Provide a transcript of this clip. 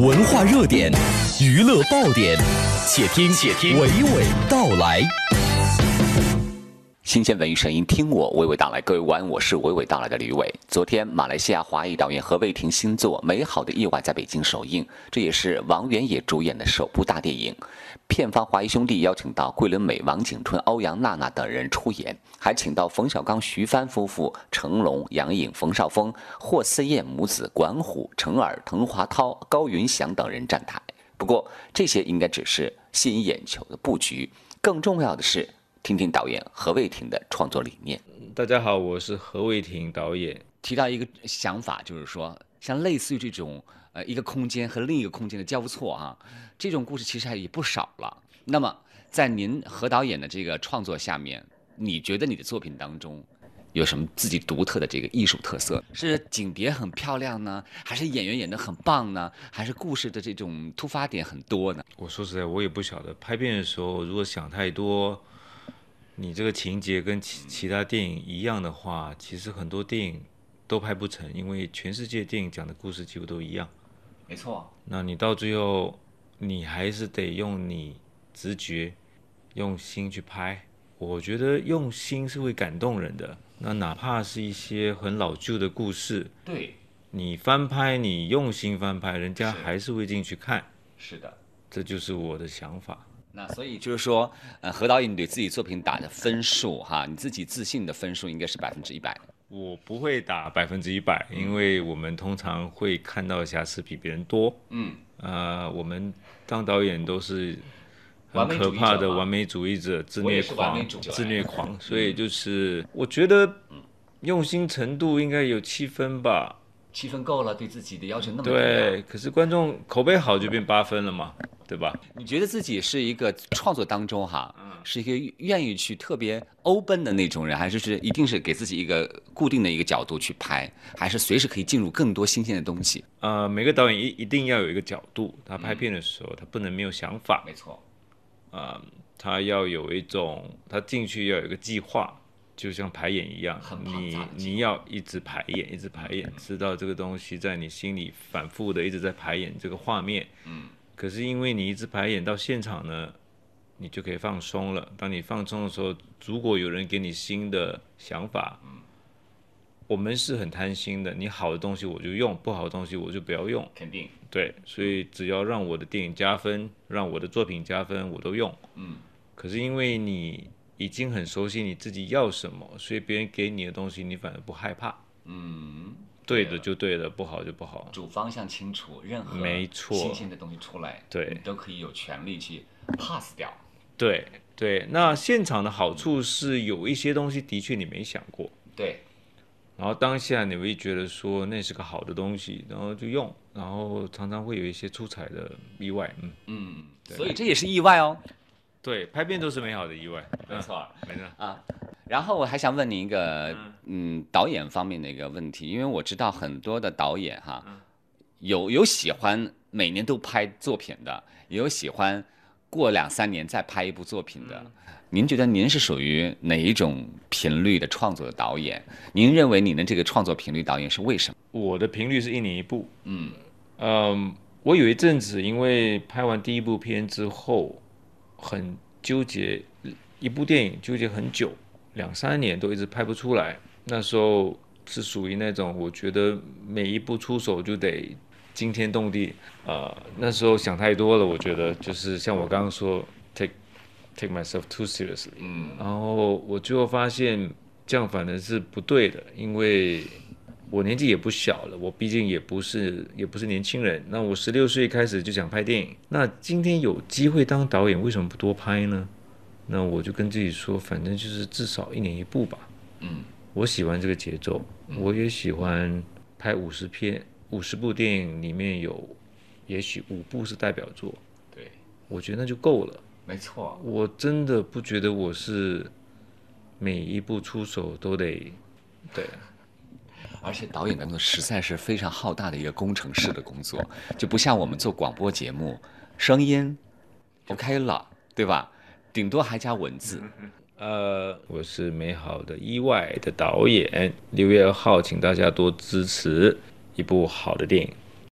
文化热点、娱乐爆点，且听且听娓娓道来。新鲜文艺声音，听我娓娓道来。各位晚安，我是娓娓道来的吕伟。昨天，马来西亚华裔导演何伟霆新作《美好的意外》在北京首映，这也是王源也主演的首部大电影。片方华谊兄弟邀请到桂纶镁、王景春、欧阳娜娜等人出演，还请到冯小刚、徐帆夫妇、成龙、杨颖、冯绍峰、霍思燕母子、管虎、程耳、滕华涛、高云翔等人站台。不过，这些应该只是吸引眼球的布局，更重要的是。听听导演何卫霆的创作理念。大家好，我是何卫霆导演。提到一个想法，就是说，像类似于这种呃一个空间和另一个空间的交错啊，这种故事其实还也不少了。那么，在您何导演的这个创作下面，你觉得你的作品当中有什么自己独特的这个艺术特色？是景别很漂亮呢，还是演员演得很棒呢，还是故事的这种突发点很多呢？我说实在，我也不晓得。拍片的时候，如果想太多。你这个情节跟其其他电影一样的话，其实很多电影都拍不成，因为全世界电影讲的故事几乎都一样。没错。那你到最后，你还是得用你直觉、用心去拍。我觉得用心是会感动人的。那哪怕是一些很老旧的故事，对，你翻拍，你用心翻拍，人家是还是会进去看。是的。这就是我的想法。那所以就是说，呃，何导演你对自己作品打的分数哈，你自己自信的分数应该是百分之一百。我不会打百分之一百，因为我们通常会看到瑕疵比别人多。嗯，呃，我们当导演都是完很美可主义者怕的嘛完美主义者、自我也虐是完美狂主义、者哎嗯自虐狂，所以就是我觉得用心程度应该有七分吧。七分够了，对自己的要求那么低啊，对，可是观众口碑好就变八分了嘛，对吧？你觉得自己是一个创作当中哈，是一个愿意去特别 open 的那种人，还是是一定是给自己一个固定的一个角度去拍，还是随时可以进入更多新鲜的东西？呃，每个导演一一定要有一个角度，他拍片的时候他不能没有想法。没错，啊、他要有一种，他进去要有一个计划，就像排演一样很，庞你杂的嗯计划你要一直排演，一直排演，直到这个东西在你心里反复的一直在排演这个画面。嗯。可是因为你一直排演到现场呢，你就可以放松了。当你放松的时候，如果有人给你新的想法，嗯我们是很贪心的，你好的东西我就用，不好的东西我就不要用。肯定。对，所以只要让我的电影加分，让我的作品加分，我都用。嗯，可是因为你已经很熟悉你自己要什么，所以别人给你的东西，你反而不害怕。嗯，对啊的就对了，不好就不好。主方向清楚，任何没错新鲜的东西出来，对你都可以有权利去 pass 掉。对对，那现场的好处是有一些东西的确你没想过，对，然后当下你会觉得说那是个好的东西，然后就用，然后常常会有一些出彩的意外。嗯，嗯，所以这也是意外哦。对，拍片都是美好的意外。没错儿。没啊错。然后我还想问您一个，嗯，导演方面的一个问题，因为我知道很多的导演哈，有有喜欢每年都拍作品的，也有喜欢过两三年再拍一部作品的。您觉得您是属于哪一种频率的创作的导演？您认为您的这个创作频率导演是为什么？我的频率是一年一部。嗯，嗯，我有一阵子因为拍完第一部片之后，很纠结，一部电影纠结很久，两三年都一直拍不出来。那时候是属于那种我觉得每一部出手就得惊天动地。呃，那时候想太多了，我觉得就是像我刚刚说，take take myself too seriously。嗯，然后我最后发现这样反而是不对的，因为我年纪也不小了，我毕竟也不是也不是年轻人。那我十六岁开始就想拍电影，那今天有机会当导演，为什么不多拍呢？那我就跟自己说，反正就是至少一年一部吧。嗯，我喜欢这个节奏，我也喜欢拍五十片、五十部电影，里面有也许五部是代表作，对，我觉得那就够了。没错，我真的不觉得我是每一步出手都得，对，而且导演的工作实在是非常浩大的一个工程师的工作，就不像我们做广播节目，声音 OK 了，对吧？顶多还加文字。呃，我是美好的意外的导演，六月二号，请大家多支持一部好的电影。